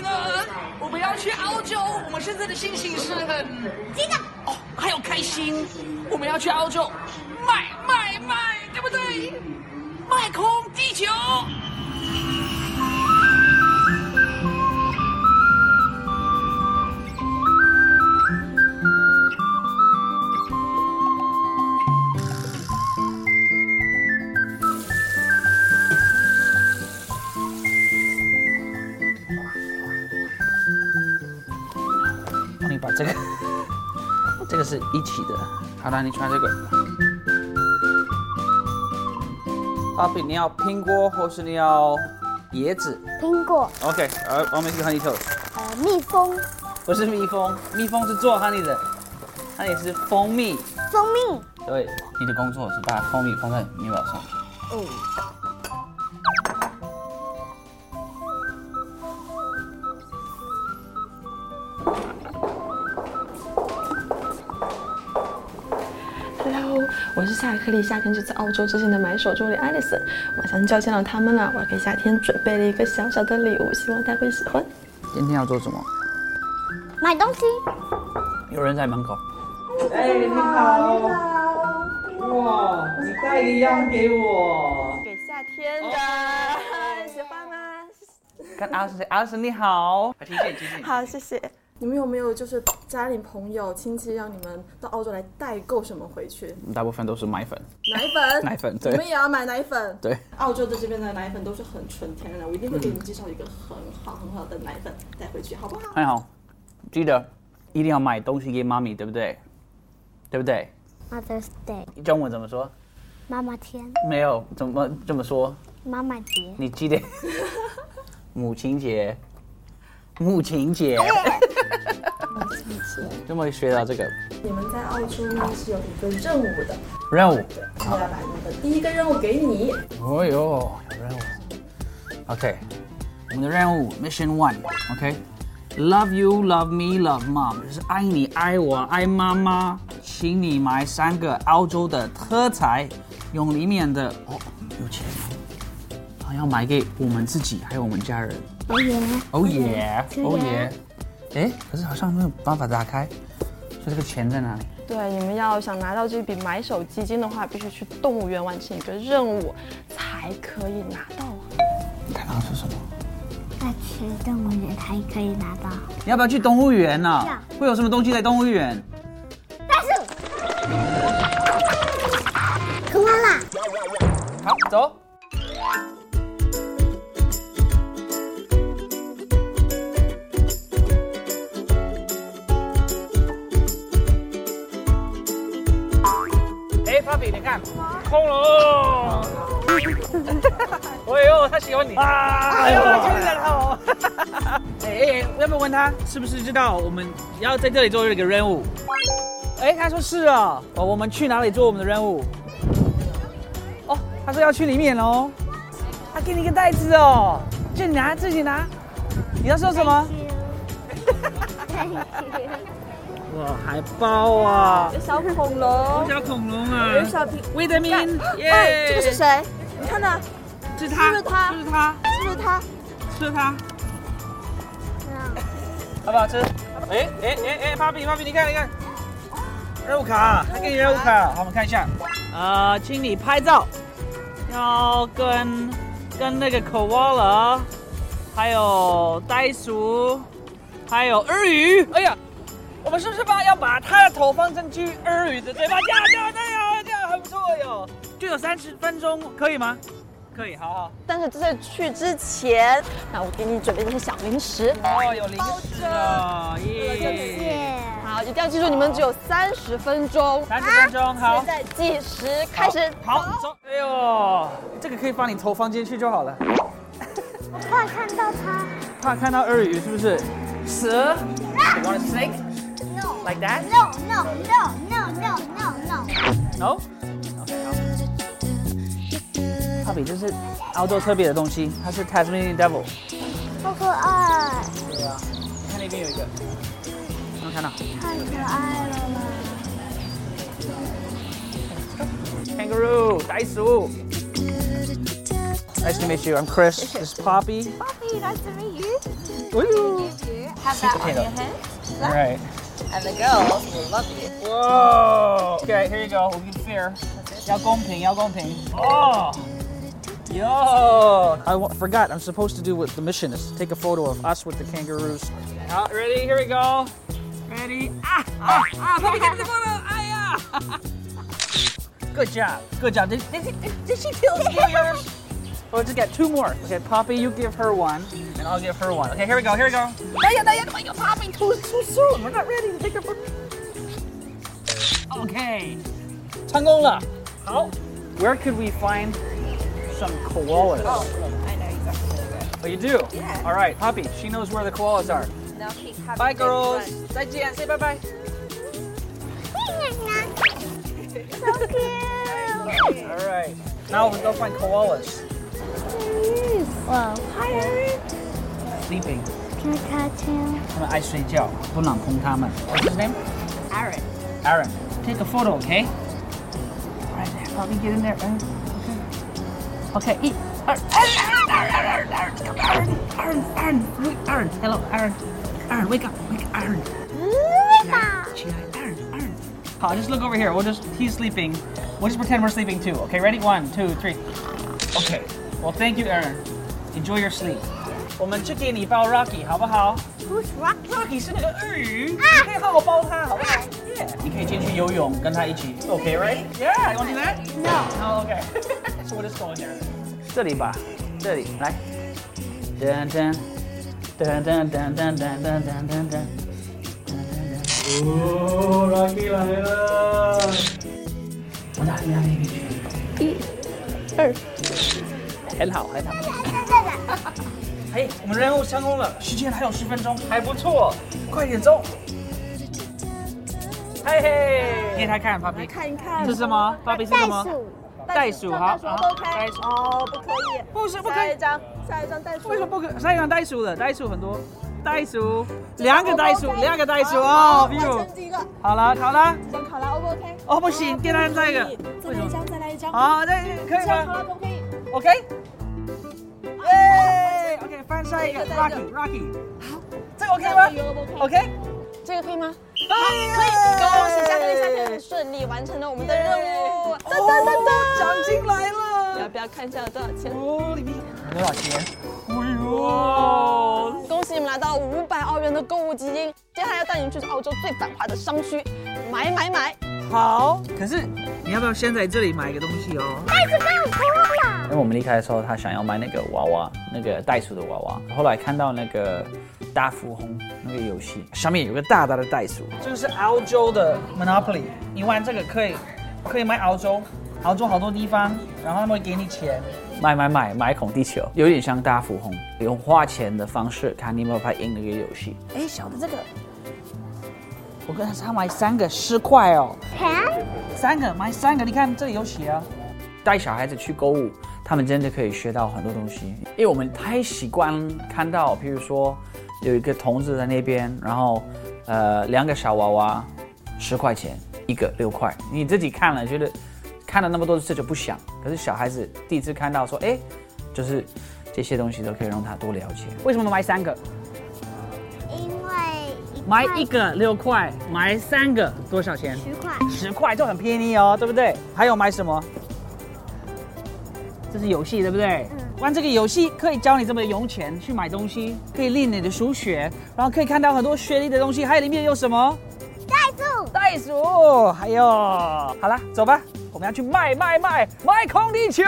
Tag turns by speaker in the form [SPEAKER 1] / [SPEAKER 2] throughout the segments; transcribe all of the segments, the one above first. [SPEAKER 1] 呢，我们要去澳洲，我们现在的心情是很
[SPEAKER 2] 激动
[SPEAKER 1] 哦，还有开心。我们要去澳洲，卖卖卖，对不对？卖空地球。帮你把这个， 这个是一起的。好了，你穿这个。Poppy，你要苹果或是你要椰子
[SPEAKER 2] 苹果，
[SPEAKER 1] ？OK，呃，我们去 honey toast。
[SPEAKER 2] 呃，蜜蜂，
[SPEAKER 1] 不是蜜蜂，蜜蜂是做 honey 的，honey 是蜂蜜。
[SPEAKER 2] 蜂蜜，
[SPEAKER 1] 对，你的工作是把蜂蜜放在牛奶上。
[SPEAKER 2] 嗯，
[SPEAKER 3] Hello，我是夏克利，夏天这次澳洲之行的买手助理爱丽丝，马上就要见到他们了，我给夏天准备了一个小小的礼物，希望他会喜欢。
[SPEAKER 1] 今天要做什么？
[SPEAKER 2] 买东西。
[SPEAKER 1] 有人在门口。
[SPEAKER 4] 哎，你好，哇，你带一样给我，
[SPEAKER 3] 给夏天的，
[SPEAKER 4] 啊
[SPEAKER 3] 喜欢吗？
[SPEAKER 1] 看阿生，阿生你好，提醒提醒。
[SPEAKER 3] 好，谢谢。
[SPEAKER 5] 你们有没有就是家里朋友亲戚让你们到澳洲来代购什么回去？
[SPEAKER 1] 大部分都是买粉，
[SPEAKER 5] 奶粉，
[SPEAKER 1] 奶粉
[SPEAKER 5] 你
[SPEAKER 1] 对
[SPEAKER 5] 们也要买奶粉。
[SPEAKER 1] 对，
[SPEAKER 5] 澳洲的这边的奶粉都是很纯天然的，我一定会给你们介绍一个很好很好的奶粉带回去，好不好？
[SPEAKER 1] 很好，记得一定要买东西给妈咪，对不对？对不对？
[SPEAKER 2] Mother's Day，
[SPEAKER 1] 中文怎么说？
[SPEAKER 2] 妈妈天，
[SPEAKER 1] 没有，怎么这么说？
[SPEAKER 2] 妈妈节，
[SPEAKER 1] 你记得母亲节，母亲节， 这么学到这个
[SPEAKER 5] 你们在澳洲呢是有一个任务的，
[SPEAKER 1] 任务。
[SPEAKER 5] 你要把你的第一个任务给你，
[SPEAKER 1] 哦呦，有任务。OK，我们的任务 Mission One，OK，Love、you, Love me, Love mom，就是爱你、爱我、爱妈妈。请你买三个澳洲的特产，用里面的哦，有钱，还要买给我们自己还有我们家人。
[SPEAKER 2] 哦耶，
[SPEAKER 1] 哦耶，
[SPEAKER 2] 吃
[SPEAKER 1] 哦
[SPEAKER 2] 呀
[SPEAKER 1] 耶。哎，可是好像没有办法打开，所以这个钱在哪里？
[SPEAKER 3] 对，你们要想拿到这笔买手基金的话，必须去动物园完成一个任务，才可以拿到啊。
[SPEAKER 1] 看到是什么？
[SPEAKER 2] 那去动物园还可以拿到
[SPEAKER 1] 你要不要去动物园呢、
[SPEAKER 2] 呀
[SPEAKER 1] 会有什么东西在动物园？
[SPEAKER 2] 大树，可完啦，
[SPEAKER 1] 好，走。哎，Papi，你看，恐龙。哎呦，他喜欢你啊！哎呦，真的 好。哎哎，要不要问他是不是知道我们要在这里做这个任务？哎，他说是啊。哦，我们去哪里做我们的任务？哦，他说要去里面哦，他给你一个袋子哦，就你拿自己拿。你要说什么？ 哇，海豹啊，有小恐龙，小恐龙啊，有小哎维德明，
[SPEAKER 3] 哎
[SPEAKER 1] 耶，
[SPEAKER 5] 这个是？谁？你看呢？
[SPEAKER 1] 是他，
[SPEAKER 5] 是他
[SPEAKER 1] 是他，
[SPEAKER 5] 是不是他？
[SPEAKER 1] 是他，好不好吃？哎哎哎哎，芭比芭比，你看你看，任务卡，他给你任务卡，好，我们看一下。呃，请你拍照，要跟跟那个 koala，还啊有袋鼠，还有鳄鱼。哎呀，我们是不是把要把它的头放进去鳄鱼的嘴巴？呀呀呀呀，这样很不错哟。就有三十分钟，可以吗？可以，好好。
[SPEAKER 3] 但是在去之前，那我给你准备这些小零食。
[SPEAKER 1] 哦，有零食了，耶！
[SPEAKER 3] 好，一定要记住，你们只有三十分钟。
[SPEAKER 1] 三十分钟，好
[SPEAKER 3] 现。在计时开始。
[SPEAKER 1] 好，走。哎呦，这个可以把你头放进去就好了。
[SPEAKER 2] 怕看到它
[SPEAKER 1] 怕看到鳄鱼是不是？蛇。You want a snake?
[SPEAKER 2] ，no
[SPEAKER 1] Like that?
[SPEAKER 2] no no no no no no no，
[SPEAKER 1] No. OK，好。芭比，这是澳洲特别的东西，它是 Tasmanian Devil。
[SPEAKER 2] 好可爱，
[SPEAKER 1] 对啊，看那边有一个，能看到
[SPEAKER 2] 太可爱了啦，
[SPEAKER 1] ？Kangaroo，袋鼠。Nice to meet you. I'm Chris. This is Poppy.
[SPEAKER 2] Poppy，nice to meet you，
[SPEAKER 1] Woo!
[SPEAKER 3] Have that on
[SPEAKER 1] potato.
[SPEAKER 3] your head,
[SPEAKER 1] All right.
[SPEAKER 3] and the girls will love you.
[SPEAKER 1] Whoa! Okay, here you go. We'll be fair. 要公平，要公平。Oh! Yo! I w- forgot. I'm supposed to do what the mission is. Take a photo of us with the kangaroos. Uh, ready? Here we go. Ready? Ah! Ah! Ah! Let me get the photo. Ah! Yeah. Good job. Good job. Did, did, did, did she kill yours? Oh, just got two more. Okay, Poppy, you give her one, and I'll give her one. Okay, here we go. Here we go. Not yet. Not yet. Not yet. Poppy, too, too soon. We're not ready. Take your photo. Okay，成功了。
[SPEAKER 3] Oh.
[SPEAKER 1] 好，Where could we find some koalas?
[SPEAKER 3] Oh, I know exactly where to
[SPEAKER 1] Oh, you do.
[SPEAKER 3] Yeah.
[SPEAKER 1] All right, Poppy. She knows where the koalas are.
[SPEAKER 3] go. Now keep having
[SPEAKER 1] Bye,
[SPEAKER 3] good
[SPEAKER 1] girls.
[SPEAKER 3] fun.
[SPEAKER 1] 再见，say bye bye. All right. Now we go find koalas.
[SPEAKER 2] Wow.
[SPEAKER 1] Sleeping.
[SPEAKER 2] Can I touch him?
[SPEAKER 1] 他们爱睡觉，不能碰他们。What's his name?
[SPEAKER 3] Aaron.
[SPEAKER 1] Aaron. Take a photo, okay? All right, there. Poppy, get in there. Aaron. Okay. Okay. 一、二、Aaron, Aaron, Aaron, Aaron, Aaron, Aaron, Aaron. Hello, Aaron. Aaron, wake up, wake up, Aaron. 起来，Aaron, Aaron. 好，just look over here. We'll just he's sleeping. We'll just pretend we're sleeping too. Okay, ready? One, two, three. Okay. Well, thank you, Aaron. Enjoy your sleep. 我们只给你包 Rocky 好不好
[SPEAKER 2] 不是吧？
[SPEAKER 1] ？Rocky 啊是那个鳄鱼，你可以好好包它，好不好？Yeah. 啊你可以进去游泳，跟它一起。Okay, right? Yeah. You want to do that? No. Oh, okay. so we'll just go in there. 这里吧，这里来。噔噔噔噔噔噔噔噔噔噔。哦，Rocky 来了！我哪里哪里去？一、
[SPEAKER 6] 二，
[SPEAKER 1] 很好，很好。哎，我们任务成功了，时间还有十分钟，还不错，快点走。嘿嘿，给他看，爸比，看一看，这是什么？爸比是什么？袋鼠，好，
[SPEAKER 3] 袋鼠 OK
[SPEAKER 1] 袋鼠
[SPEAKER 3] 哦，不可以，
[SPEAKER 1] 不是不可
[SPEAKER 3] 下
[SPEAKER 1] 以
[SPEAKER 3] 一，张，下一张袋鼠。
[SPEAKER 1] 为什么不可以？上一场袋鼠的，袋鼠很多，袋鼠，两个袋鼠，
[SPEAKER 3] OK
[SPEAKER 1] 两个袋鼠
[SPEAKER 3] 好
[SPEAKER 1] 哦，
[SPEAKER 3] 完
[SPEAKER 1] 比如，
[SPEAKER 3] 成几个？
[SPEAKER 1] 好了好了，
[SPEAKER 3] 想考拉 O 不 OK？
[SPEAKER 1] 哦不行，给他再一个，
[SPEAKER 3] 再
[SPEAKER 1] 为什
[SPEAKER 3] 来一
[SPEAKER 1] 么？
[SPEAKER 3] 张，再来一张。
[SPEAKER 1] 好，这这可以
[SPEAKER 3] 想考
[SPEAKER 1] 吗
[SPEAKER 3] 拉可不可以？
[SPEAKER 1] ？OK，耶，OK，翻下一个
[SPEAKER 3] 再一个再一
[SPEAKER 1] ，Rocky
[SPEAKER 3] 个
[SPEAKER 1] Rocky，
[SPEAKER 3] 这
[SPEAKER 1] 个 OK 吗
[SPEAKER 3] ？OK。
[SPEAKER 1] OK，
[SPEAKER 3] 这个可以吗？
[SPEAKER 1] 可
[SPEAKER 3] 恭喜下个夏天很顺利完成了我们的任务。
[SPEAKER 1] 噔噔噔噔，奖金来了！
[SPEAKER 3] 不要看一下有多少钱？
[SPEAKER 1] 哦，里面有多少钱？哎呦！
[SPEAKER 3] 恭喜你们拿到五百澳元的购物基金，接下来要带你们去澳洲最繁华的商区，买买买！
[SPEAKER 1] 好，可是你要不要先在这里买一个东西哦？哎
[SPEAKER 7] 因为我们离开的时候，他想要买那个娃娃，那个袋鼠的娃娃。后来看到那个大富翁那个游戏，上面有个大大的袋鼠，
[SPEAKER 1] 这个是澳洲的 Monopoly，你玩这个可以可以买澳洲，澳洲好多地方，然后他们会给你钱。
[SPEAKER 7] 买买买买孔地球，有点像大富翁，用花钱的方式看你们拍赢那个游戏。
[SPEAKER 1] 哎，小的这个，我跟他买三个十块哦，三个买三个，你看这里有写啊。
[SPEAKER 7] 带小孩子去购物，他们真的可以学到很多东西，因为我们太习惯看到，譬如说有一个童子在那边，然后呃两个小娃娃十块钱一个六块，你自己看了觉得看了那么多次就不想，可是小孩子第一次看到说，哎，就是这些东西都可以让他多了解。
[SPEAKER 1] 为什么买三个？
[SPEAKER 2] 因为
[SPEAKER 1] 买一个六块，买三个多少钱？
[SPEAKER 2] 十块，
[SPEAKER 1] 十块就很便宜哦，对不对？还有买什么？这是游戏，对不对？
[SPEAKER 2] 嗯
[SPEAKER 1] 玩这个游戏可以教你怎么用钱去买东西，可以练你的数学，然后可以看到很多学历的东西，还有里面有什么？
[SPEAKER 2] 袋鼠，
[SPEAKER 1] 袋鼠，还有，好了，走吧，我们要去卖卖卖卖空地球。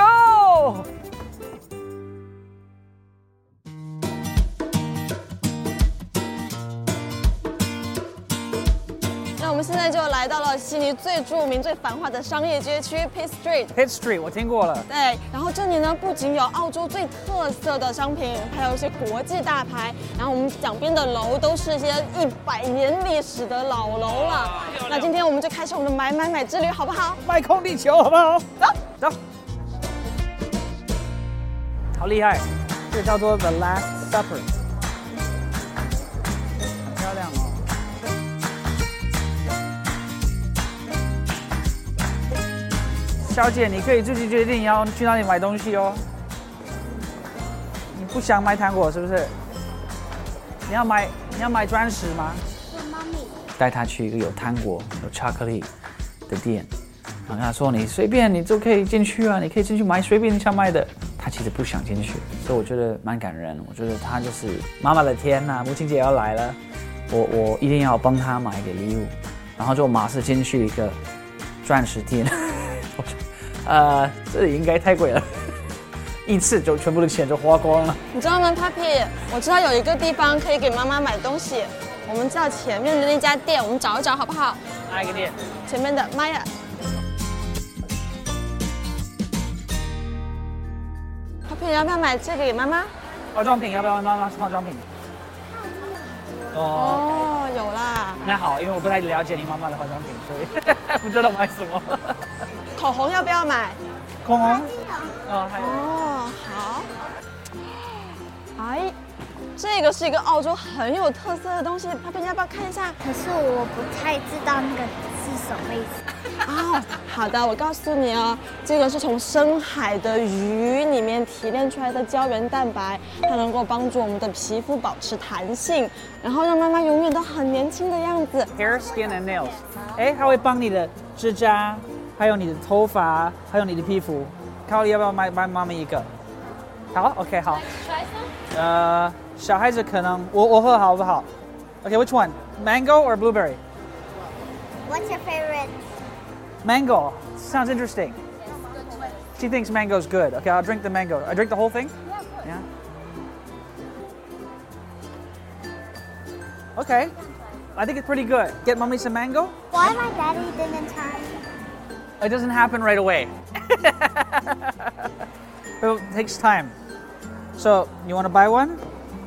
[SPEAKER 3] 那我们现在就来到了悉尼最著名、最繁华的商业街区 Pitt Street。
[SPEAKER 1] History 我听过了。
[SPEAKER 3] 对，然后这里呢不仅有澳洲最特色的商品，还有一些国际大牌。然后我们两边的楼都是一些一百年历史的老楼了。那今天我们就开始我们的买买买之旅，好不好？
[SPEAKER 1] 卖空地球，好不好？走走。好厉害，这叫做 The Last Supper，很漂亮哦。小姐，你可以自己决定你要去哪里买东西哦。你不想买糖果是不是？你要买你要买钻石吗？
[SPEAKER 2] mommy.
[SPEAKER 7] 带他去一个有糖果、有巧克力的店，然后跟他说你随便你都可以进去啊，你可以进去买随便你想买的。他其实不想进去，所以我觉得蛮感人。我觉得他就是妈妈的天呐、母亲节要来了，我我一定要帮他买一个礼物，然后就马上进去一个钻石店， 我觉得呃，这应该太贵了， 一次就全部的钱就花光了。
[SPEAKER 3] 你知道吗，Papi？我知道有一个地方可以给妈妈买东西，我们到前面的那家店，我们找一找好不好？
[SPEAKER 1] 哪一个店？
[SPEAKER 3] 前面的妈呀！p p y 要不要买这个给妈妈？
[SPEAKER 1] 化妆哦品要不要妈妈是化妆品？哦，
[SPEAKER 3] 哦，有啦，
[SPEAKER 1] 那好，因为我不太了解你妈妈的化妆品，所以 不知道买什么。
[SPEAKER 3] 口红要不要买？
[SPEAKER 1] 口红？哦，还有
[SPEAKER 3] 哦，好。哎，这个是一个澳洲很有特色的东西，Papi，你要不要看一下？
[SPEAKER 2] 可是我不太知道那个是什么意思。
[SPEAKER 3] 哦，好的，我告诉你哦，这个是从深海的鱼里面提炼出来的胶原蛋白，它能够帮助我们的皮肤保持弹性，然后让妈妈永远都很年轻的样子。
[SPEAKER 1] hair, skin and nails。哎，它会帮你的指甲，还有你的头发，还有你的皮肤。考虑要不要买买妈妈一个？好，OK，好。呃，小孩子可能我我喝好不好？OK，which、one? Mango or blueberry?
[SPEAKER 2] What's your favorite?
[SPEAKER 1] Mango sounds interesting. She thinks mango's good. Okay, I'll drink the mango. I drink the whole thing. Yeah. Okay. I think it's pretty good. Get mommy some mango.
[SPEAKER 2] Why my daddy didn't turn?
[SPEAKER 1] It doesn't happen right away. it takes time. So you want to buy one?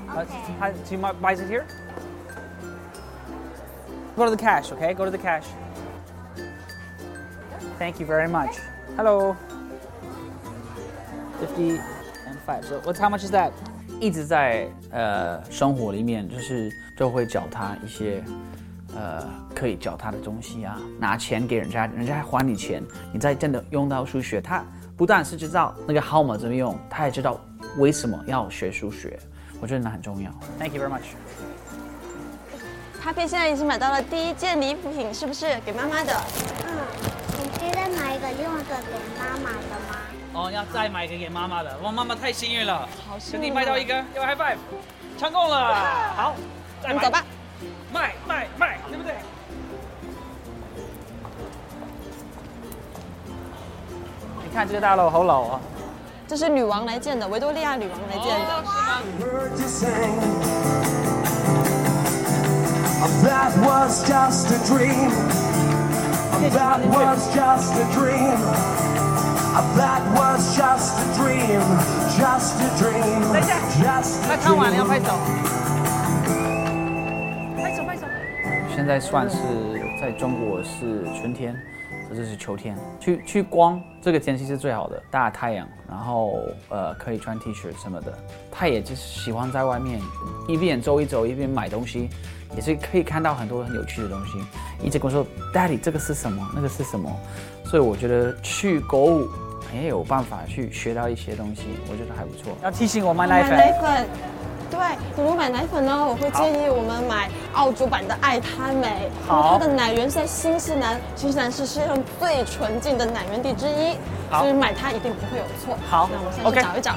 [SPEAKER 1] Uh,
[SPEAKER 2] Okay.
[SPEAKER 1] hi- do you mind buys it here? Go to the cash, okay? Go to the cash. Thank you very much. Hello. Fifty and five. So what's how much is that?
[SPEAKER 7] 一直在呃生活里面，就是就会教他啊一些呃可以教他的东西啊，拿钱给人家，人家还还你钱，你再真的用到数学，他不但是知道那个号码怎么用，他也知道为什么要学数学，我觉得那很重要。
[SPEAKER 1] Thank you very much.
[SPEAKER 3] Papi 现在已经买到了第一件礼品，是不是给妈妈的？
[SPEAKER 2] 嗯，你可以再买一个另外一个给妈妈的吗？
[SPEAKER 1] 哦，要再买一个给妈妈的，哇，妈妈太幸运了，
[SPEAKER 3] 好幸运
[SPEAKER 1] 跟
[SPEAKER 3] 啊
[SPEAKER 1] 你买到一个，给我 high five，成功了，好，
[SPEAKER 3] 我
[SPEAKER 1] 再
[SPEAKER 3] 们
[SPEAKER 1] 买，
[SPEAKER 3] 走吧，。
[SPEAKER 1] 卖卖卖，对不对？你看这个大楼好老啊，
[SPEAKER 3] 这是女王来见的，维多利亚女王来见的。
[SPEAKER 8] Bird you sang. That was just a dream. That was just a dream. That was just a dream. Just a dream. Just a
[SPEAKER 1] 那看完了要
[SPEAKER 8] dream.
[SPEAKER 1] 拍手。
[SPEAKER 7] 现在算是在中国是春天，这就是秋天。去去光这个天气是最好的，大太阳，然后呃可以穿 T 恤什么的。他也就是喜欢在外面一边走一走一边买东西，也是可以看到很多很有趣的东西。一直跟我说，Daddy 这个是什么，那个是什么，所以我觉得去购物也有办法去学到一些东西，我觉得还不错。
[SPEAKER 1] 要提醒我买奶
[SPEAKER 3] 买奶
[SPEAKER 1] 粉，
[SPEAKER 3] 粉。对，你如果买奶粉呢，我会建议我们买澳洲版的爱他美，因为它
[SPEAKER 1] 好
[SPEAKER 3] 的奶源是在新西兰，新西兰是世界上最纯净的奶源地之一，
[SPEAKER 1] 好
[SPEAKER 3] 所以买它一定不会有错。
[SPEAKER 1] 好
[SPEAKER 3] 那我们现在去
[SPEAKER 1] OK
[SPEAKER 3] 找一找。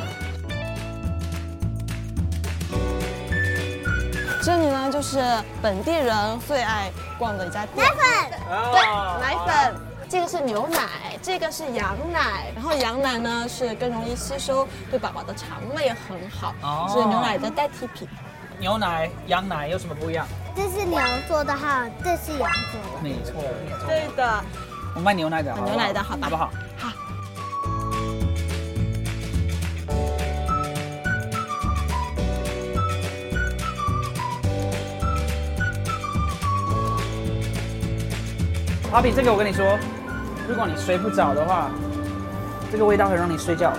[SPEAKER 3] 这里呢，就是本地人最爱逛的一家店。
[SPEAKER 2] 粉，
[SPEAKER 1] 哦
[SPEAKER 3] 对，奶粉。这个是牛奶，这个是羊奶，然后羊奶呢是更容易吸收，对宝宝的肠胃很好，
[SPEAKER 1] 哦
[SPEAKER 3] 是牛奶的代替品。
[SPEAKER 1] 牛奶、羊奶有什么不一样？
[SPEAKER 2] 这是牛做的哈，这是羊做的。
[SPEAKER 1] 没错，
[SPEAKER 3] 对的，
[SPEAKER 1] 我卖牛奶的好不好，
[SPEAKER 3] 牛奶的好吧
[SPEAKER 1] 好不好？
[SPEAKER 3] 好，
[SPEAKER 1] 好比这个，我跟你说，如果你睡不着的话，这个味道会让你睡觉。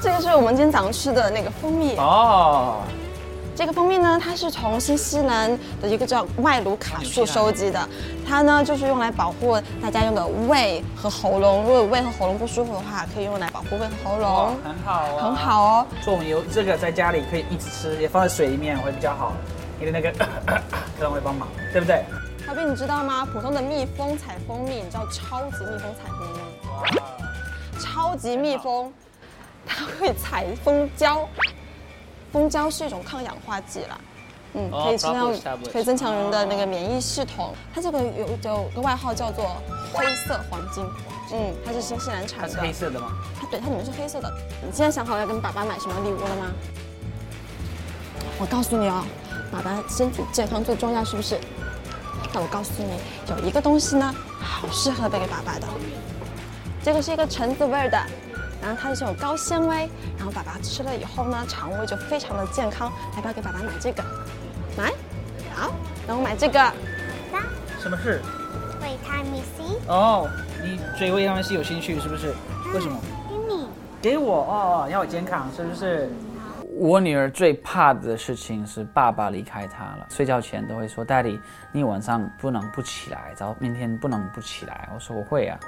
[SPEAKER 3] 这个是我们今天早上吃的那个蜂蜜，
[SPEAKER 1] 哦，
[SPEAKER 3] 这个蜂蜜呢，它是从新西兰的一个叫外卢卡树收集的，它呢就是用来保护大家用的胃和喉咙。如果胃和喉咙不舒服的话，可以用来保护胃和喉
[SPEAKER 1] 哇
[SPEAKER 3] 咙，
[SPEAKER 1] 很好、啊，
[SPEAKER 3] 很。好哦。
[SPEAKER 1] 所以我们有这个在家里可以一直吃，也放在水里面会比较好，你的那个 可能会帮忙，对不对？
[SPEAKER 3] 小斌，你知道吗？普通的蜜蜂采蜂蜜，你知道超级蜜蜂采蜂蜜吗？超级蜜蜂，它会采蜂胶，蜂胶是一种抗氧化剂啦。嗯，
[SPEAKER 1] 哦
[SPEAKER 3] 可以增强
[SPEAKER 1] Probox tablet
[SPEAKER 3] 可以增强人的那个免疫系统。它这个有有个外号叫做黑色黄金，嗯，它是新西兰
[SPEAKER 1] 它
[SPEAKER 3] 产
[SPEAKER 1] 是啊
[SPEAKER 3] 的。
[SPEAKER 1] 黑色的吗？
[SPEAKER 3] 它对它里面是黑色的。你现在想好要跟爸爸买什么礼物了吗？我告诉你哦，爸爸身体健康最重要，是不是？那我告诉你，有一个东西呢，好适合备给爸爸的。这个是一个橙子味儿的，然后它是有高纤维，然后爸爸吃了以后呢，肠胃就非常的健康。要不要给爸爸买这个？买，好，然后买这个。
[SPEAKER 1] 什么事？
[SPEAKER 2] 维他命 C，
[SPEAKER 1] 哦，你对维他命 C 有兴趣是不是？为什么？
[SPEAKER 2] 给你。
[SPEAKER 1] 嗯给我哦，要我健康是不是？
[SPEAKER 7] 我女儿最怕的事情是爸爸离开她了，睡觉前都会说：“Daddy，你晚上不能不起来，然后明天不能不起来。”我说：“我会啊。”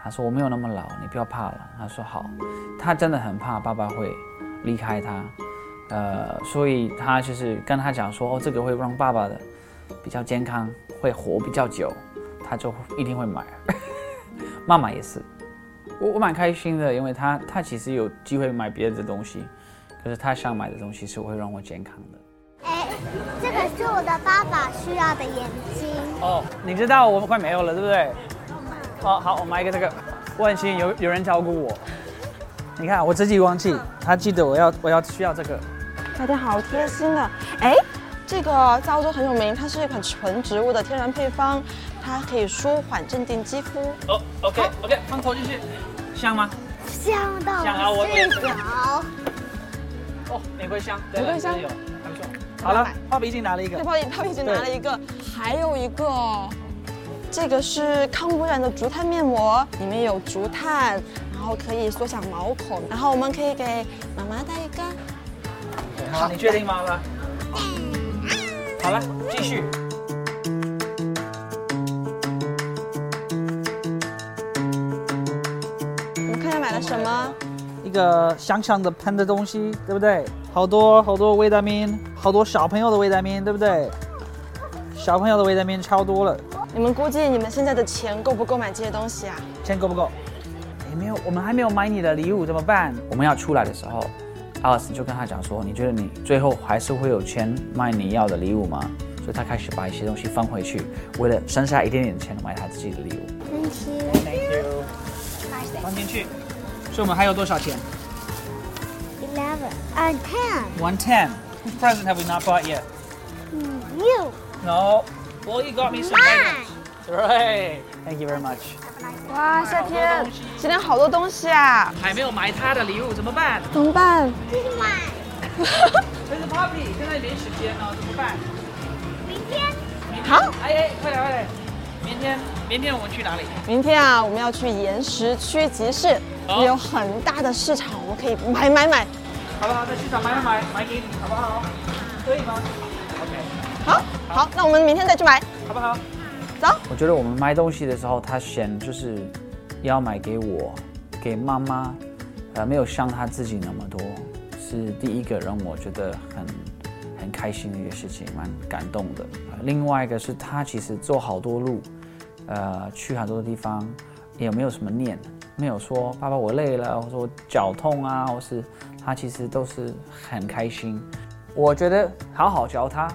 [SPEAKER 7] 她说：“我没有那么老，你不要怕了。”她说：“好。”她真的很怕爸爸会离开她，呃，所以她就是跟她讲说：“哦，这个会让爸爸的比较健康，会活比较久。”她就一定会买。妈妈也是，我我蛮开心的，因为她她其实有机会买别的东西。可是他想买的东西是会让我健康的。
[SPEAKER 2] 哎，这个是我的爸爸需要的眼睛。
[SPEAKER 1] 哦，你知道我们快没有了，对不对？哦，好，我买一个这个。我很幸运有有人照顾我。你看，我自己忘记，他记得我要我要需要这个。
[SPEAKER 3] 大家好贴心的，哎，这个在澳洲很有名，它是一款纯植物的天然配方，它可以舒缓、镇定肌肤。
[SPEAKER 1] 哦，OK OK，放头进去，香吗？
[SPEAKER 2] 香到
[SPEAKER 1] 香啊我
[SPEAKER 2] 睡着。
[SPEAKER 1] 哦，玫瑰香，
[SPEAKER 3] 玫瑰香
[SPEAKER 1] 有，还不错。好了，爸爸已经拿了一个
[SPEAKER 3] 对，。泡泡已经拿了一个，还有一个哦，这个是抗污染的竹炭面膜，里面有竹炭，然后可以缩小毛孔，然后我们可以给妈妈带一个。
[SPEAKER 1] 好，嗯你确定吗？爸爸好了，继续。
[SPEAKER 3] 你们看看买了什么？
[SPEAKER 1] 一个香香的喷的东西，对不对？好多好多维他命，好多小朋友的维他命，对不对？小朋友的维他命超多了，
[SPEAKER 3] 你们估计你们现在的钱够不够买这些东西啊？
[SPEAKER 1] 钱够不够？也没有，我们还没有买你的礼物，怎么办？
[SPEAKER 7] 我们要出来的时候，阿 c e 就跟他讲说：“你觉得你最后还是会有钱买你要的礼物吗？”所以他开始把一些东西放回去，为了剩下一点点钱买他自己的礼物。
[SPEAKER 2] Thank you。
[SPEAKER 1] Thank you。放进去。所以我们还有多少钱
[SPEAKER 2] Eleven and ten.
[SPEAKER 1] ？One ten. Present have we not bought yet?
[SPEAKER 2] You.
[SPEAKER 1] No. Well, you got me some.
[SPEAKER 2] Mine.
[SPEAKER 1] Right. Thank you very much.
[SPEAKER 3] 哇，啊夏天今天好多东西啊，
[SPEAKER 1] 还没有买他的礼物，怎么办？
[SPEAKER 3] 怎么办？
[SPEAKER 2] 这是 mine。
[SPEAKER 1] 可是 Papi 现在没时间哦，怎么办？
[SPEAKER 2] 明天
[SPEAKER 3] 好。
[SPEAKER 1] 哎哎，快点快点！明天明天我们去哪里？
[SPEAKER 3] 明天啊，我们要去岩石区集市，
[SPEAKER 1] 好
[SPEAKER 3] 那里有很大的市场，我们可以买买买。
[SPEAKER 1] 好不好？在市场买买买买给你，好不好？
[SPEAKER 2] 嗯
[SPEAKER 1] 可以吗？OK，
[SPEAKER 3] 好，好，那我们明天再去买，
[SPEAKER 1] 好不好？
[SPEAKER 3] 走。
[SPEAKER 7] 我觉得我们买东西的时候，他选就是要买给我，给妈妈，呃，没有像他自己那么多，是第一个让我觉得很很开心的一个事情，蛮感动的。呃另外一个是他其实走好多路，呃，去很多地方，也没有什么念，没有说爸爸我累了，或者我脚痛啊，或是他其实都是很开心。我觉得好好教他，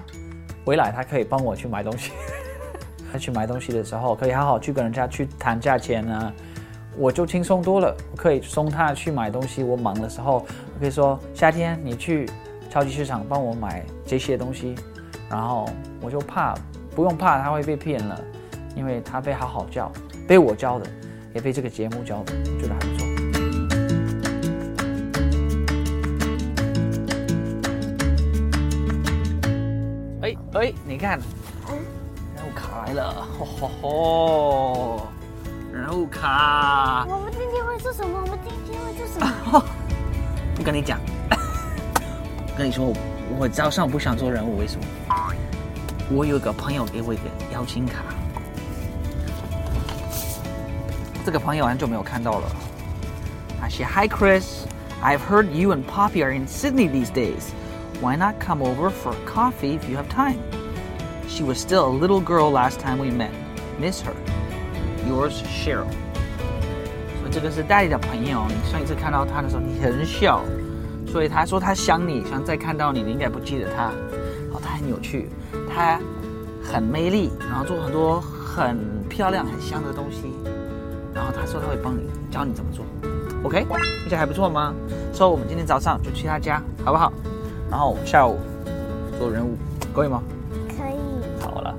[SPEAKER 7] 回来他可以帮我去买东西。他去买东西的时候，可以好好去跟人家去谈价钱啊，我就轻松多了。我可以送他去买东西，我忙的时候，我可以说夏天你去超级市场帮我买这些东西，然后我就怕不用怕他会被骗了，因为他被好好教，被我教的，也被这个节目教的，觉得还不错。
[SPEAKER 1] 哎哎，你看，人物卡来了，吼吼吼！人物卡，
[SPEAKER 2] 我们今天会做什么？我们今天会做什么？
[SPEAKER 1] 不跟你讲，跟你说我
[SPEAKER 7] 我早上不想做任务，为什么？我有个朋友给我一个邀请卡，这个朋友很久没有看到了。他写：“Hi Chris, I've heard you and Poppy are in Sydney these days. Why not come over for coffee if you have time? She was still a little girl last time we met. Miss her. Yours, Cheryl.” 所以这个是戴的朋友，你上一次看到他的时候你很小，所以他说他想你，想再看到你，你应该不记得他。哦，他很有趣，他很魅力，然后做很多很漂亮、很香的东西。然后他说他会帮你教你怎么做，OK？听起来还不错吗？所以我们今天早上就去他家，好不好？然后我们下午做人物，可以吗？
[SPEAKER 2] 可以。
[SPEAKER 7] 好了。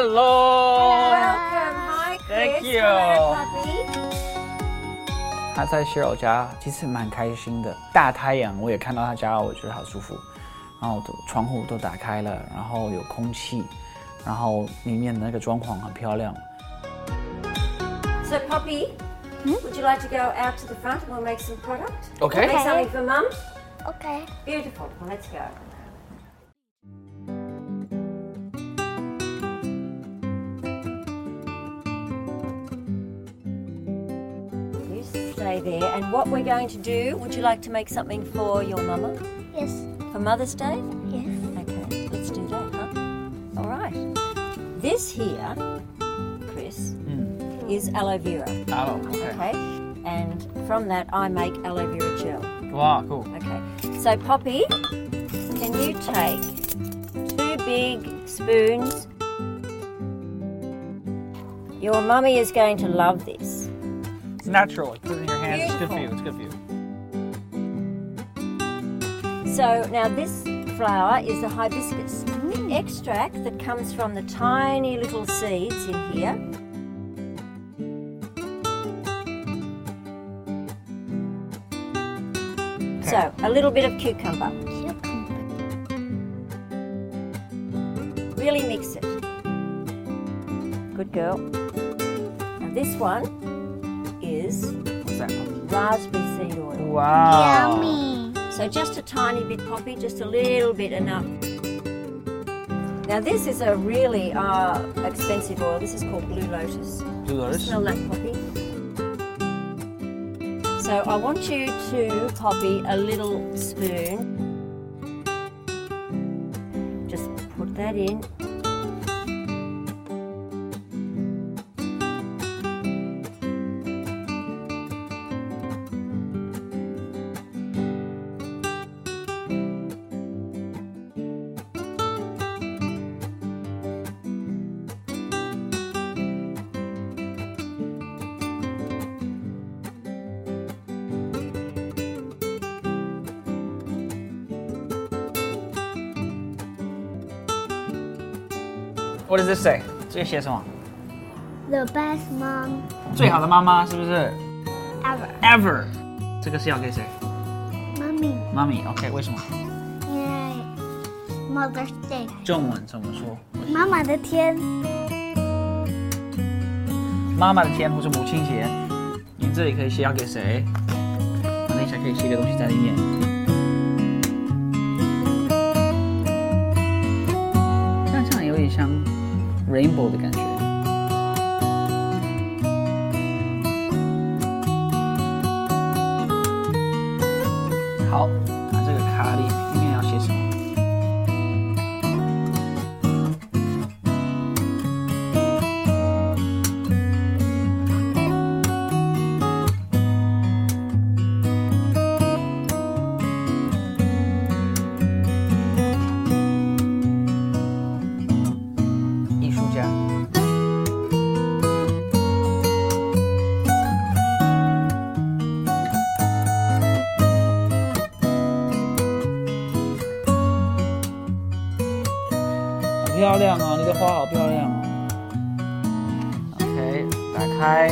[SPEAKER 7] Hello，
[SPEAKER 9] Hi,
[SPEAKER 7] Thank
[SPEAKER 9] Chris.
[SPEAKER 7] you.
[SPEAKER 9] Hello, puppy.
[SPEAKER 7] 他在 s h e 家其实蛮开心的，大太阳我也看到他家，我觉得好舒服。然后都窗户都打开了，然后有空气，然后里面那个装潢很漂亮。
[SPEAKER 9] So, Poppy,
[SPEAKER 2] Hmm?
[SPEAKER 9] would you like to go out to the front? We'll make some product.
[SPEAKER 7] Okay.
[SPEAKER 9] Make
[SPEAKER 2] Okay.
[SPEAKER 9] something for Mum.
[SPEAKER 2] Okay.
[SPEAKER 9] Beautiful. Well, let's go. You Stay there, and what we're going to do? Would you like to make something for your mama
[SPEAKER 2] Yes.
[SPEAKER 9] for Mother's Day?
[SPEAKER 2] Yes.
[SPEAKER 9] Okay, let's do that, huh? All right. This here, Chris, is aloe vera.
[SPEAKER 7] 哦
[SPEAKER 9] Okay. And from that, I make aloe vera gel.
[SPEAKER 7] 哇，cool，
[SPEAKER 9] Okay. So, Poppy, can you take two big spoons? Your mummy is going to love this.
[SPEAKER 7] It's natural. Put it in your hands. It's good for you. It's good for you.
[SPEAKER 9] So now this flower is the hibiscus,
[SPEAKER 7] Mm.
[SPEAKER 9] the extract that comes from the tiny little seeds in here. So a little bit of cucumber. Really mix it. Good girl. And this one is
[SPEAKER 7] What's that? called?
[SPEAKER 9] raspberry seed oil.
[SPEAKER 7] Wow.
[SPEAKER 2] Yummy.
[SPEAKER 9] So just a tiny bit, Poppy, just a little bit enough. Now this is a really uh, expensive oil. This is called Blue Lotus.
[SPEAKER 7] Blue Lotus.
[SPEAKER 9] Smell that, Poppy. So I want you to, Poppy, a little spoon. Just put that in.
[SPEAKER 7] What does this say? 这个写什么？
[SPEAKER 2] The best mom
[SPEAKER 7] 最好的妈妈是不是
[SPEAKER 2] ever.
[SPEAKER 7] ever？这个是要给谁？
[SPEAKER 2] Mommy.
[SPEAKER 7] 妈咪。OK，为什么？
[SPEAKER 2] 因为 Mother's Day，
[SPEAKER 7] 中文怎么说？
[SPEAKER 2] 妈妈的天。
[SPEAKER 7] 妈妈的天或是母亲节，你这里可以写要给谁？我等一下可以写个东西在里面。像这样有点像 rainbow 的感觉。好，那这个卡里里面要写什么？艺术家。好漂亮哦，你的花好漂亮哦。OK，打开。
[SPEAKER 1] Hi.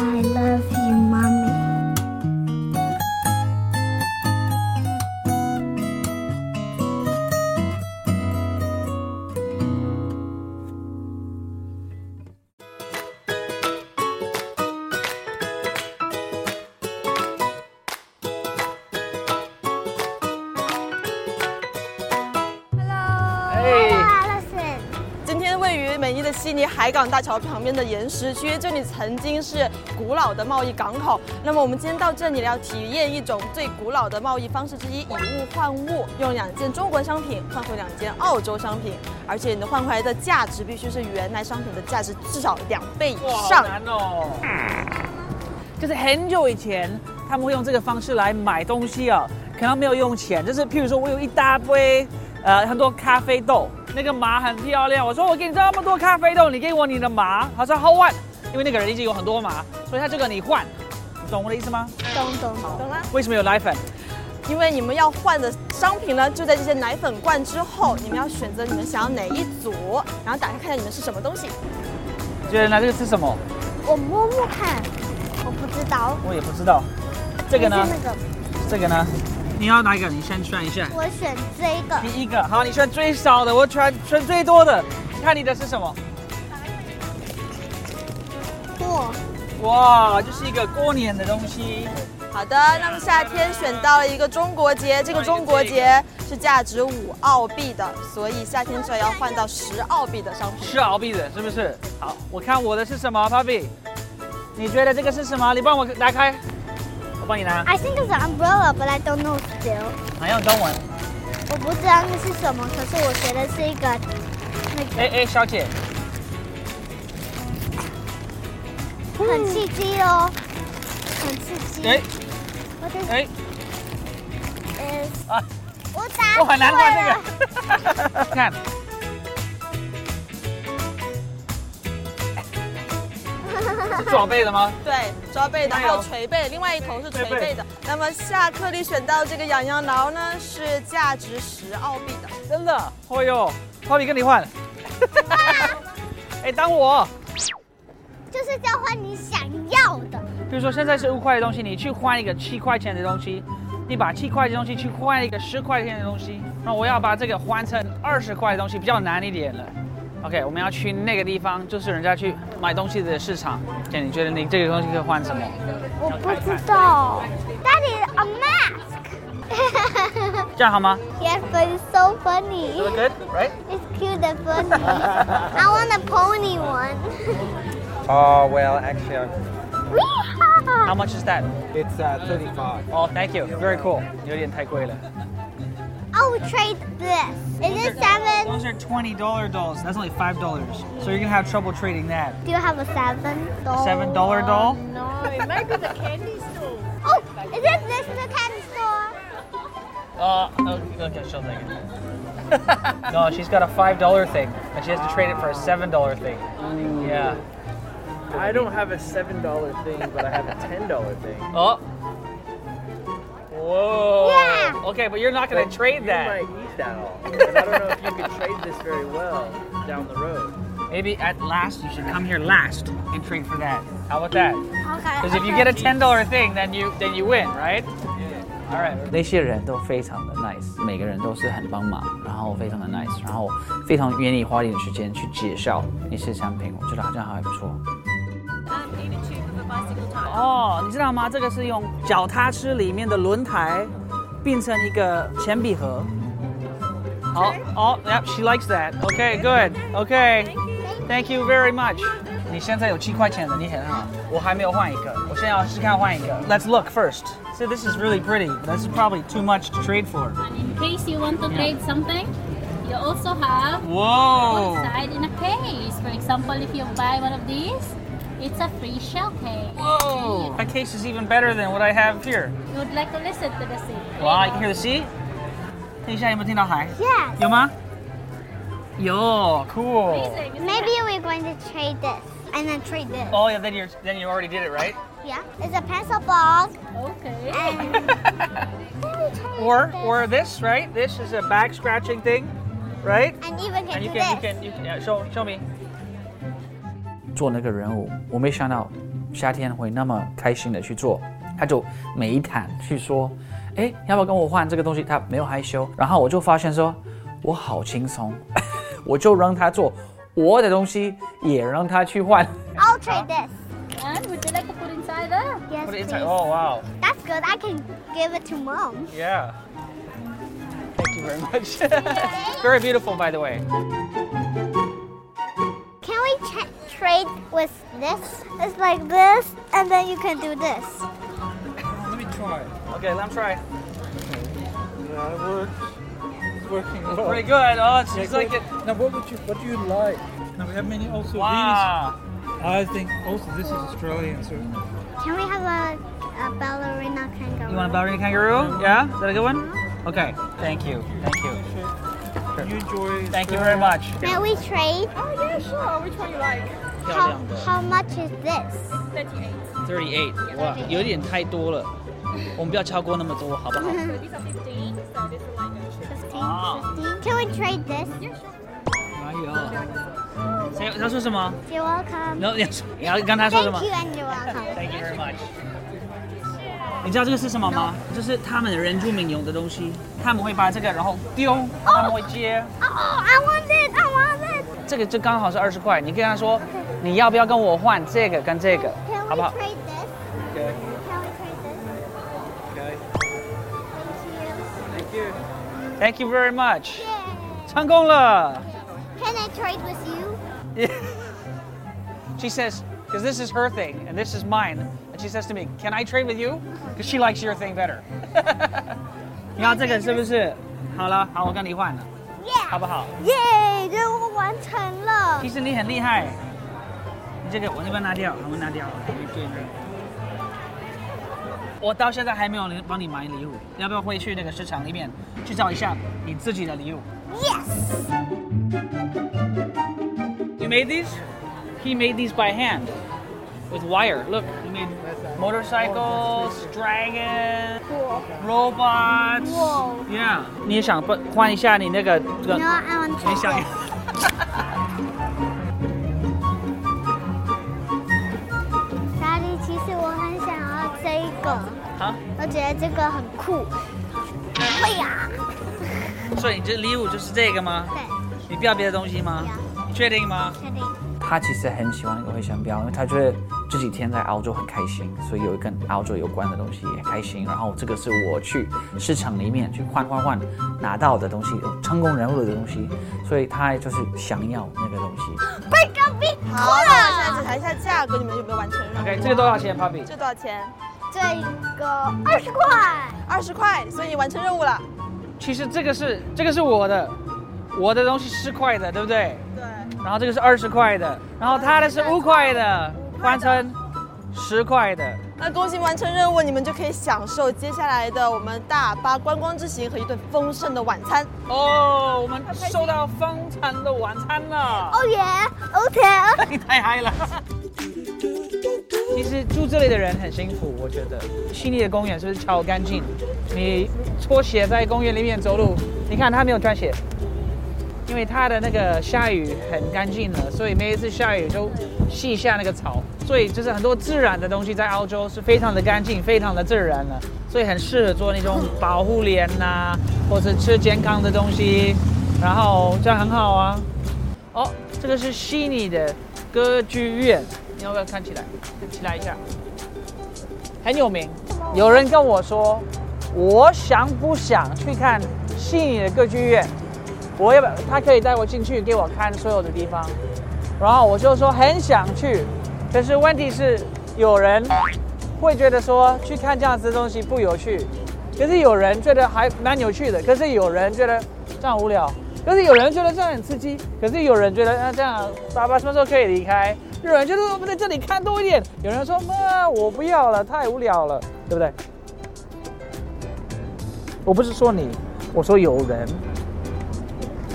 [SPEAKER 2] I love you, mommy.
[SPEAKER 1] Hey.
[SPEAKER 3] 今天位于美丽的悉尼海港大桥旁边的岩石区，这里曾经是古老的贸易港口。那么我们今天到这里来体验一种最古老的贸易方式之一——以物换物，用两件中国商品换回两件澳洲商品，而且你换回来的价值必须是原来商品的价值至少两倍
[SPEAKER 1] 哇，
[SPEAKER 3] 以
[SPEAKER 1] 好
[SPEAKER 3] 上。
[SPEAKER 1] 难哦。就是很久以前，他们会用这个方式来买东西啊，可能没有用钱，就是譬如说我有一大杯，呃，很多咖啡豆，那个麻很漂亮，我说我给你这么多咖啡豆，你给我你的麻，他说好换，因为那个人已经有很多麻，所以他就跟你换，你懂我的意思吗？
[SPEAKER 2] 懂懂懂了。
[SPEAKER 1] 为什么有奶粉？
[SPEAKER 3] 因为你们要换的商品呢，就在这些奶粉罐之后，你们要选择你们想要哪一组，然后打开看看你们是什么东西。
[SPEAKER 1] 你觉得呢？这个是什么？
[SPEAKER 2] 我摸摸看，我不知道。
[SPEAKER 1] 我也不知道。这个呢
[SPEAKER 2] 是？那个，
[SPEAKER 1] 这个呢？你要哪一个？你先选一下。
[SPEAKER 2] 我选这个。
[SPEAKER 1] 第一个，好，你选最少的，我选选最多的。看你的是什么？
[SPEAKER 2] 过，
[SPEAKER 1] 哇，就是一个过年的东西。
[SPEAKER 3] 好的，那么夏天选到了一个中国结，这个中国结是价值五澳币的，所以夏天这要换到十澳币的商品。
[SPEAKER 1] 是熬币的，是不是？好，我看我的是什么，Papi？你觉得这个是什么？你帮我拿开，我帮你拿。
[SPEAKER 2] I think it's an umbrella, but I don't know still.
[SPEAKER 1] 还用中文？
[SPEAKER 2] 我不知道那是什么，可是我觉得是一个那
[SPEAKER 1] 哎
[SPEAKER 2] 个
[SPEAKER 1] 哎，小姐，
[SPEAKER 2] 很刺激哦，很刺激。
[SPEAKER 1] 哎
[SPEAKER 2] 我的
[SPEAKER 1] 哎，
[SPEAKER 2] 呃，
[SPEAKER 1] 啊，
[SPEAKER 2] 我打
[SPEAKER 1] 我很难
[SPEAKER 2] 错
[SPEAKER 1] 换
[SPEAKER 2] 了
[SPEAKER 1] 这个。看，是装备的吗？
[SPEAKER 3] 对，抓背的，
[SPEAKER 1] 哎
[SPEAKER 3] 还
[SPEAKER 1] 呦
[SPEAKER 3] 有捶背，另外一头是捶背的。那么夏克力选到这个痒痒挠呢，是价值十澳币的。
[SPEAKER 1] 真的？哦哟，Papi 跟你 换。哎，当我。
[SPEAKER 2] 就是交换你想要的。
[SPEAKER 1] 比如说现在是五块的东西，你去换一个七块钱的东西，你把七块钱的东西去换一个十块钱的东西，那我要把这个换成二十块的东西，比较难一点了。OK，我们要去那个地方，就是人家去买东西的市场。姐，你觉得你这个东西可以换什么？
[SPEAKER 2] 我不知道。That is a mask.
[SPEAKER 1] 这样好吗
[SPEAKER 2] yes, but it's so funny.
[SPEAKER 1] Is it good, right?
[SPEAKER 2] It's cute and funny. I want a pony one.
[SPEAKER 4] Oh, well, actually,
[SPEAKER 1] How
[SPEAKER 2] Wee-haw!
[SPEAKER 1] much is that?
[SPEAKER 4] it's uh, 35.
[SPEAKER 1] Oh, thank you. Very cool. 有点太贵了。
[SPEAKER 2] I will Oh, trade this. Is it seven?
[SPEAKER 1] Those are twenty dollar dolls. That's only five dollars. So you're gonna have trouble trading that.
[SPEAKER 2] Do you have a seven doll?
[SPEAKER 1] Seven dollar doll.
[SPEAKER 2] Oh, is this this the candy store?
[SPEAKER 1] Uh, okay, okay, she'll take it. no, she's got a five dollar thing, and she has to trade it for a seven dollar thing. Yeah.
[SPEAKER 10] I don't have a seven dollar thing, but I have a ten dollar thing.
[SPEAKER 1] Oh. Whoa.
[SPEAKER 2] Yeah.
[SPEAKER 1] Okay, but you're not gonna trade that.
[SPEAKER 10] You might need that all. And I don't know if you could trade this very well down the road.
[SPEAKER 1] Maybe at last you should come here last and trade for that. How about that?
[SPEAKER 2] Okay.
[SPEAKER 1] Because if you get a ten dollar thing, then you then you win, right? All right.
[SPEAKER 7] 那些人都非常的 nice，每个人都是很帮忙，然后非常的 nice，然后非常愿意花点时间去介绍一些产品，我觉得好像还不错。
[SPEAKER 1] 哦，你知道吗？这个是用脚踏车里面的轮胎变成一个铅笔盒。好，哦，Yep, Oh, she likes that. Okay, good. Okay, thank you very much. 你现在有七块钱的，你很好。我还没有换一个，我现在要试看换一个。Let's look first. So this is really pretty. That's probably too much to trade for.
[SPEAKER 11] And in case you want to trade something, you also have
[SPEAKER 7] Oh.
[SPEAKER 1] Whoa.
[SPEAKER 11] outside in a case. For example, if you buy one of these, it's a free shell case.
[SPEAKER 1] Whoa. That case is even better than what I have here.
[SPEAKER 11] You would like to listen to the same.
[SPEAKER 1] Wow, you can hear the sea. 听一下有没有听到海？
[SPEAKER 2] Yes.
[SPEAKER 1] 有吗？有，cool。
[SPEAKER 2] Maybe we're going to trade this and then trade this.
[SPEAKER 1] Oh yeah, then you then you already did it, right?
[SPEAKER 2] Yeah, it's a pencil box.
[SPEAKER 11] Okay.
[SPEAKER 1] Or or this, right? This is a back scratching thing, right?
[SPEAKER 2] And even can
[SPEAKER 1] And you
[SPEAKER 2] do
[SPEAKER 1] can you
[SPEAKER 2] this.
[SPEAKER 1] can you can yeah, show show me.
[SPEAKER 7] 做那个人物，我没想到夏天会那么开心的去做。他就每一谈去说，哎，要不要跟我换这个东西？他没有害羞。然后我就发现说，我好轻松， 我就让他做我的东西，也让他去换。
[SPEAKER 2] I'll trade this.
[SPEAKER 11] And would you like to put inside there?
[SPEAKER 2] Yes,
[SPEAKER 11] Put it
[SPEAKER 2] please.
[SPEAKER 11] inside.
[SPEAKER 10] Oh, wow.
[SPEAKER 2] That's good. I can give it to mom.
[SPEAKER 10] Yeah.
[SPEAKER 1] Thank you very much. very beautiful, by the way.
[SPEAKER 2] Can we ch- trade with this? It's like this, and then you can do this.
[SPEAKER 1] Let me try. Okay, let me try.
[SPEAKER 4] Yeah, it works. It's working
[SPEAKER 1] It's pretty good. Oh, it's just like it.
[SPEAKER 4] Now, what would you what do you like? Now we have many also
[SPEAKER 1] Wow.
[SPEAKER 4] these. I think also this is Australian, so
[SPEAKER 2] Can we have a, a ballerina kangaroo?
[SPEAKER 1] You want a ballerina kangaroo? Yeah? Is that a good one? Okay. Thank you. Thank you.
[SPEAKER 4] you enjoy.
[SPEAKER 1] Thank you very much.
[SPEAKER 2] Can we trade?
[SPEAKER 5] Oh yeah, sure. Which one you like?
[SPEAKER 2] How, how much is this?
[SPEAKER 5] Thirty-eight.
[SPEAKER 1] Thirty-eight. 哇，有点太多了，我们不要超过那么多，好不好？
[SPEAKER 5] these are fifteen. So this is like a trip.
[SPEAKER 1] 啊
[SPEAKER 2] Can we trade this?
[SPEAKER 1] 谁要说什么？
[SPEAKER 2] You're welcome.
[SPEAKER 1] 然后你要你要跟他说什么
[SPEAKER 2] Thank you and you're welcome.
[SPEAKER 1] Thank you very much. 你知道这个是什么吗？这是他们原住民用的东西，他们会把这个然后丢，他们会接。
[SPEAKER 2] Oh, I want this! I want this!
[SPEAKER 1] 这个就刚好是二十块，你跟他说你要不要跟我换这个跟这个，好不好
[SPEAKER 2] Trade this.
[SPEAKER 1] ？Okay.
[SPEAKER 2] Can we trade this?
[SPEAKER 1] Okay.
[SPEAKER 2] Thank
[SPEAKER 1] Thank you. Thank you very much. 成功了。
[SPEAKER 2] Can I trade with you?
[SPEAKER 1] she says, because this is her thing and this is mine, and she says to me, "Can I trade with you? Because she likes your thing better." 你要这个是不是？好了，好，我跟你换了，好不好？
[SPEAKER 2] 耶，任务完成了
[SPEAKER 1] 其。实你很厉害，你这个我这边拿掉，我拿掉，对对。我到现在还没有人帮你买礼物，要不要回去那个市场里面去找一下你自己的礼物
[SPEAKER 2] Yes.
[SPEAKER 1] ？You made these? He made these by hand with wire. Look, he made motorcycles, dragon, robots.
[SPEAKER 2] Whoa.
[SPEAKER 1] Yeah. 你也想不换一下你那个这
[SPEAKER 2] No,
[SPEAKER 1] 个？
[SPEAKER 2] I want
[SPEAKER 1] 你
[SPEAKER 2] to.
[SPEAKER 1] 想
[SPEAKER 2] Daddy，其实我很想要这一个，
[SPEAKER 1] 好，
[SPEAKER 2] 我觉得这个很酷。会呀。哎
[SPEAKER 1] 所以你这礼物就是这个吗？
[SPEAKER 2] 对，
[SPEAKER 1] 你不要别的东西吗？你确定吗？
[SPEAKER 2] 确定。
[SPEAKER 7] 他其实很喜欢那个回旋镖，因为他觉得这几天在澳洲很开心，所以有一跟澳洲有关的东西也开心。然后这个是我去市场里面去换换换拿到的东西，成功人物的东西，所以他就是想要那个东西。
[SPEAKER 2] Break up beat
[SPEAKER 3] 好了，那下次谈一下价格，你们有没有完成任务
[SPEAKER 1] OK，这个多少钱，Papi？
[SPEAKER 3] 这多少钱？
[SPEAKER 2] 这个二十块，
[SPEAKER 3] 二十块，所以你完成任务了。
[SPEAKER 1] 其实这个是这个是我的，我的东西十块的，对不对？
[SPEAKER 3] 对。
[SPEAKER 1] 然后这个是二十块的，然后他的是五块的，换成十块的。
[SPEAKER 3] 那恭喜完成任务，你们就可以享受接下来的我们大巴观光之行和一顿丰盛的晚餐。
[SPEAKER 1] 哦，我们收到丰盛的晚餐了。
[SPEAKER 2] 哦耶，OK。啊
[SPEAKER 1] 你 太嗨了。其实住这里的人很辛苦，我觉得悉尼的公园是不是超干净？你拖鞋在公园里面走路，你看他没有穿鞋，因为他的那个下雨很干净了，所以每一次下雨都吸一下那个草，所以就是很多自然的东西在澳洲是非常的干净、非常的自然的，所以很适合做那种保护脸呐、或者吃健康的东西，然后这样很好啊。哦，这个是悉尼的歌剧院，你要不要看起来？起来一下，很有名。有人跟我说，我想不想去看悉尼的歌剧院？我要不要？他可以带我进去，给我看所有的地方。然后我就说很想去，可是问题是有人会觉得说去看这样子的东西不有趣，可是有人觉得还蛮有趣的，可是有人觉得这样无聊，可是有人觉得这样很刺激，可是有人觉得那这样爸爸什么时候可以离开？有人觉得我们在这里看多一点，有人说妈我不要了，太无聊了，对不对？我不是说你，我说有人。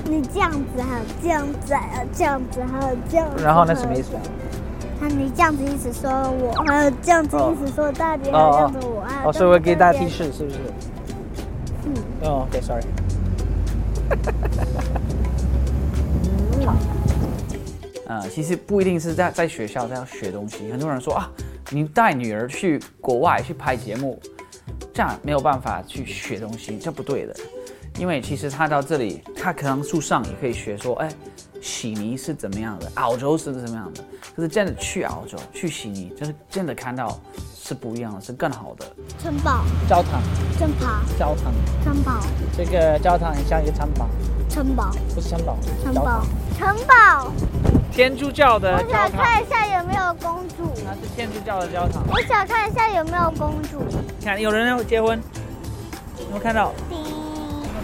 [SPEAKER 2] 你这样子，还有这样子，还有这样子，还有这样子。
[SPEAKER 1] 然后那什么意思？
[SPEAKER 2] 那你这样子意思说我，还有这样子意思说大姐，还有这样子我
[SPEAKER 1] 哦，
[SPEAKER 2] 啊。这样子
[SPEAKER 1] 所以我给大家
[SPEAKER 2] 姐
[SPEAKER 1] 提。示，是不是？
[SPEAKER 2] 嗯，
[SPEAKER 1] 哦，OK，sorry。
[SPEAKER 7] 呃，其实不一定是在在学校在学东西。很多人说啊，你带女儿去国外去拍节目，这样没有办法去学东西，这不对的。因为其实他到这里，他可能树上也可以学说，哎，悉尼是怎么样的，澳洲是怎么样的。可是真的去澳洲、去悉尼，就是真的看到是不一样的，是更好的。
[SPEAKER 2] 城堡、
[SPEAKER 1] 教堂，
[SPEAKER 2] 城堡、
[SPEAKER 1] 教堂，
[SPEAKER 2] 城堡、
[SPEAKER 1] 这个教堂很像一个城堡，
[SPEAKER 2] 城堡、
[SPEAKER 1] 不是城堡，
[SPEAKER 2] 城
[SPEAKER 1] 教
[SPEAKER 2] 堡
[SPEAKER 1] 堂。、
[SPEAKER 2] 城堡。
[SPEAKER 1] 天主教的
[SPEAKER 2] 我
[SPEAKER 1] 教
[SPEAKER 2] 想
[SPEAKER 1] 堂，
[SPEAKER 2] 看一下有没有公主。
[SPEAKER 1] 它是天主教的教堂。
[SPEAKER 2] 我想看一下有没有公主。
[SPEAKER 1] 看，有人要结婚，有没有看到？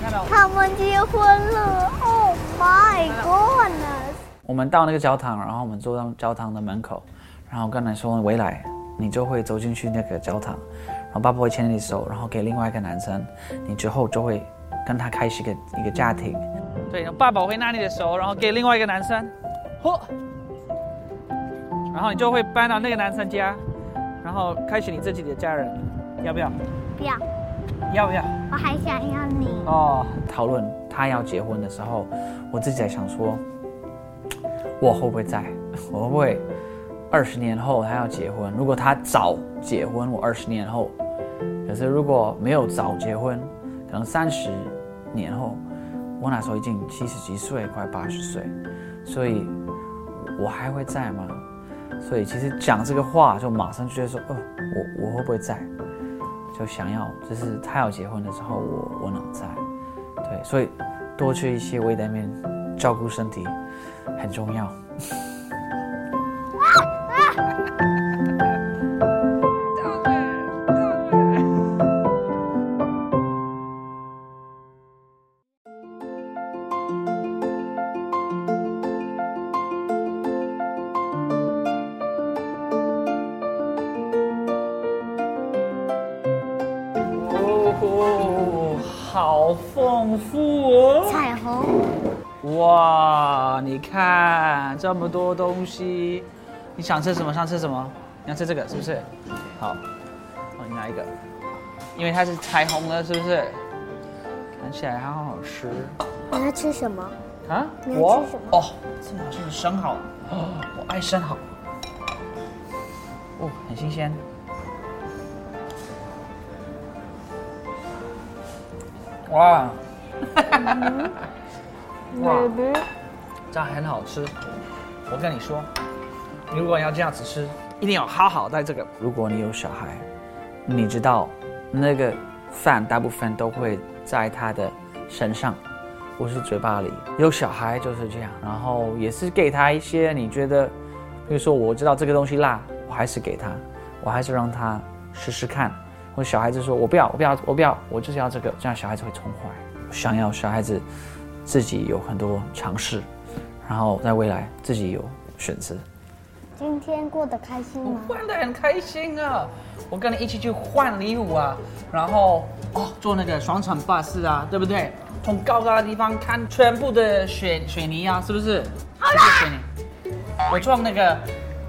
[SPEAKER 1] 看到
[SPEAKER 2] 他们结婚了，Oh my goodness！
[SPEAKER 7] 我们到那个教堂，然后我们坐到教堂的门口，然后跟人说未来，你就会走进去那个教堂，然后爸爸会牵你的手，然后给另外一个男生，你之后就会跟他开始一个一个家庭。
[SPEAKER 1] 对，爸爸会拉你的手，然后给另外一个男生，嚯，然后你就会搬到那个男生家，然后开始你自己的家人，要不要？
[SPEAKER 2] 不要，
[SPEAKER 1] 要不要？
[SPEAKER 2] 我还想要你。
[SPEAKER 1] 哦，
[SPEAKER 7] 讨论他要结婚的时候，我自己在想说，我会不会在？ 我会不会二十年后他要结婚？如果他早结婚，我二十年后；可是如果没有早结婚，可能三十年后，我那时候已经七十几岁，快八十岁，所以我还会在吗？所以其实讲这个话，就马上觉得说，哦，我我会不会在？就想要，就是他要结婚的时候，我我能在。对，所以多吃一些维他命，照顾身体很重要。
[SPEAKER 1] 哦，好丰富哦！
[SPEAKER 2] 彩虹，
[SPEAKER 1] 哇，你看这么多东西，你想吃什么？想吃什么？你想吃这个是不是？好，哦，你拿一个，因为它是彩虹的，是不是？看起来它好好吃
[SPEAKER 2] 你要吃什么？
[SPEAKER 1] 啊！
[SPEAKER 2] 你要吃
[SPEAKER 1] 我
[SPEAKER 2] 什么
[SPEAKER 1] 哦，这好像是生蚝，哦，我爱生蚝，哦，很新鲜。哇，
[SPEAKER 2] 嗯
[SPEAKER 1] 哇
[SPEAKER 3] Baby，
[SPEAKER 1] 这很好吃。我跟你说，如果要这样子吃，一定要好好带这个。
[SPEAKER 7] 如果你有小孩，你知道那个饭大部分都会在他的身上，不是嘴巴里。有小孩就是这样，然后也是给他一些你觉得，比如说我知道这个东西辣，我还是给他，我还是让他试试看。或者小孩子说我不要，我不要，我不要，我就是要这个，这样小孩子会宠坏。我想要小孩子自己有很多尝试，然后在未来自己有选择。
[SPEAKER 2] 今天过得开心吗？
[SPEAKER 1] 换的很开心啊！我跟你一起去换礼物啊，然后哦，坐那个双层巴士啊，对不对？从高高的地方看全部的水水泥啊，是不是？好了，水泥。我从那个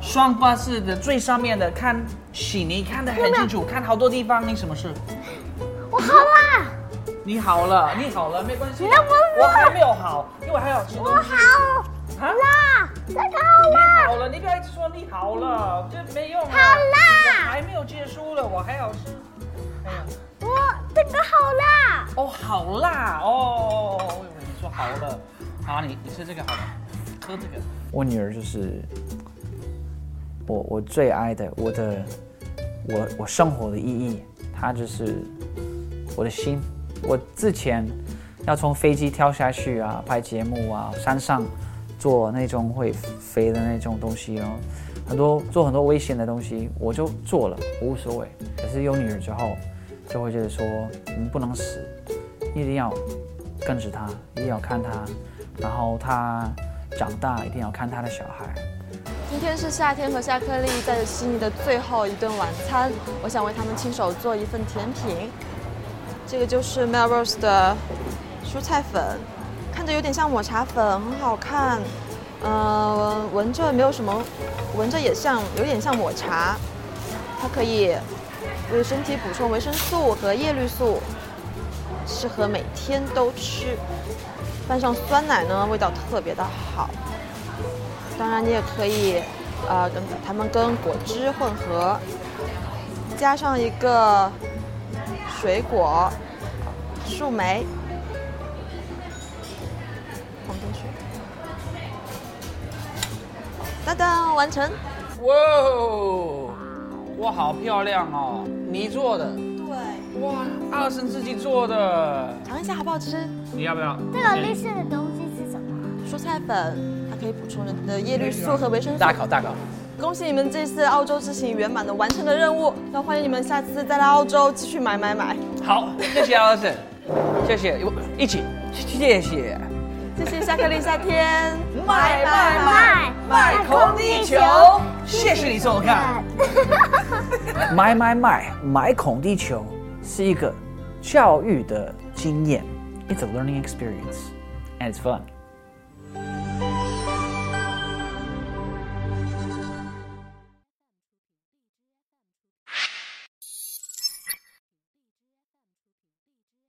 [SPEAKER 1] 双巴士的最上面的看水泥，看得很清楚，看好多地方。你什么事？
[SPEAKER 2] 我好啦，
[SPEAKER 1] 你好了，你好了，没关系。
[SPEAKER 2] 你要不
[SPEAKER 1] 我还没有好，因为还有吃东
[SPEAKER 2] 我
[SPEAKER 1] 西。啊
[SPEAKER 2] 好啦，这个好
[SPEAKER 1] 你
[SPEAKER 2] 啦，
[SPEAKER 1] 好了，你不要一直说你好了，这没用啊。
[SPEAKER 2] 好啦
[SPEAKER 1] 我还没有结束了，我还要吃。哎呀，
[SPEAKER 2] 我这个好啦，
[SPEAKER 1] 哦，好辣哦！我以为你说好了，好，你你吃这个好了，喝这个。
[SPEAKER 7] 我女儿就是我我最爱的，我的我我生活的意义，她就是我的心。我之前要从飞机跳下去啊，拍节目啊，山上做那种会飞的那种东西，然后很多做很多危险的东西，我就做了，我无所谓。可是有女儿之后，就会觉得说，你不能死，一定要跟着她，一定要看她，然后她长大一定要看她的小孩。
[SPEAKER 6] 今天是夏天和夏克利在悉尼的最后一顿晚餐，我想为他们亲手做一份甜品。这个就是 Melrose 的蔬菜粉，看着有点像抹茶粉，很好看。呃，闻着没有什么，闻着也像，有点像抹茶。它可以呃为身体补充维生素和叶绿素，适合每天都吃。拌上酸奶呢，味道特别的好。
[SPEAKER 3] 当然你也可以，呃，跟它们跟果汁混合，加上一个水果树莓，放进去，当当，完成。
[SPEAKER 1] 哇哦，哇，好漂亮哦，泥做的，
[SPEAKER 3] 对，
[SPEAKER 1] 哇，阿生自己做的，
[SPEAKER 3] 尝一下好不好吃？
[SPEAKER 1] 你要不要？
[SPEAKER 2] 这个绿色的东西是什么？
[SPEAKER 3] 蔬菜粉，它可以补充人的叶绿素和维生素。
[SPEAKER 7] 大考大考。
[SPEAKER 3] 恭喜你们这次澳洲之行圆满的完成了任务，那欢迎你们下次再来澳洲继续买买买。
[SPEAKER 1] 好，谢谢阿生，谢谢，一起，谢谢。
[SPEAKER 3] 这是夏克立夏天，
[SPEAKER 12] 卖卖
[SPEAKER 2] 哎
[SPEAKER 12] 卖卖空地球，
[SPEAKER 1] 谢谢你收看。
[SPEAKER 7] 买买买买孔地球是一个教育的经验，it's a learning experience and it's fun.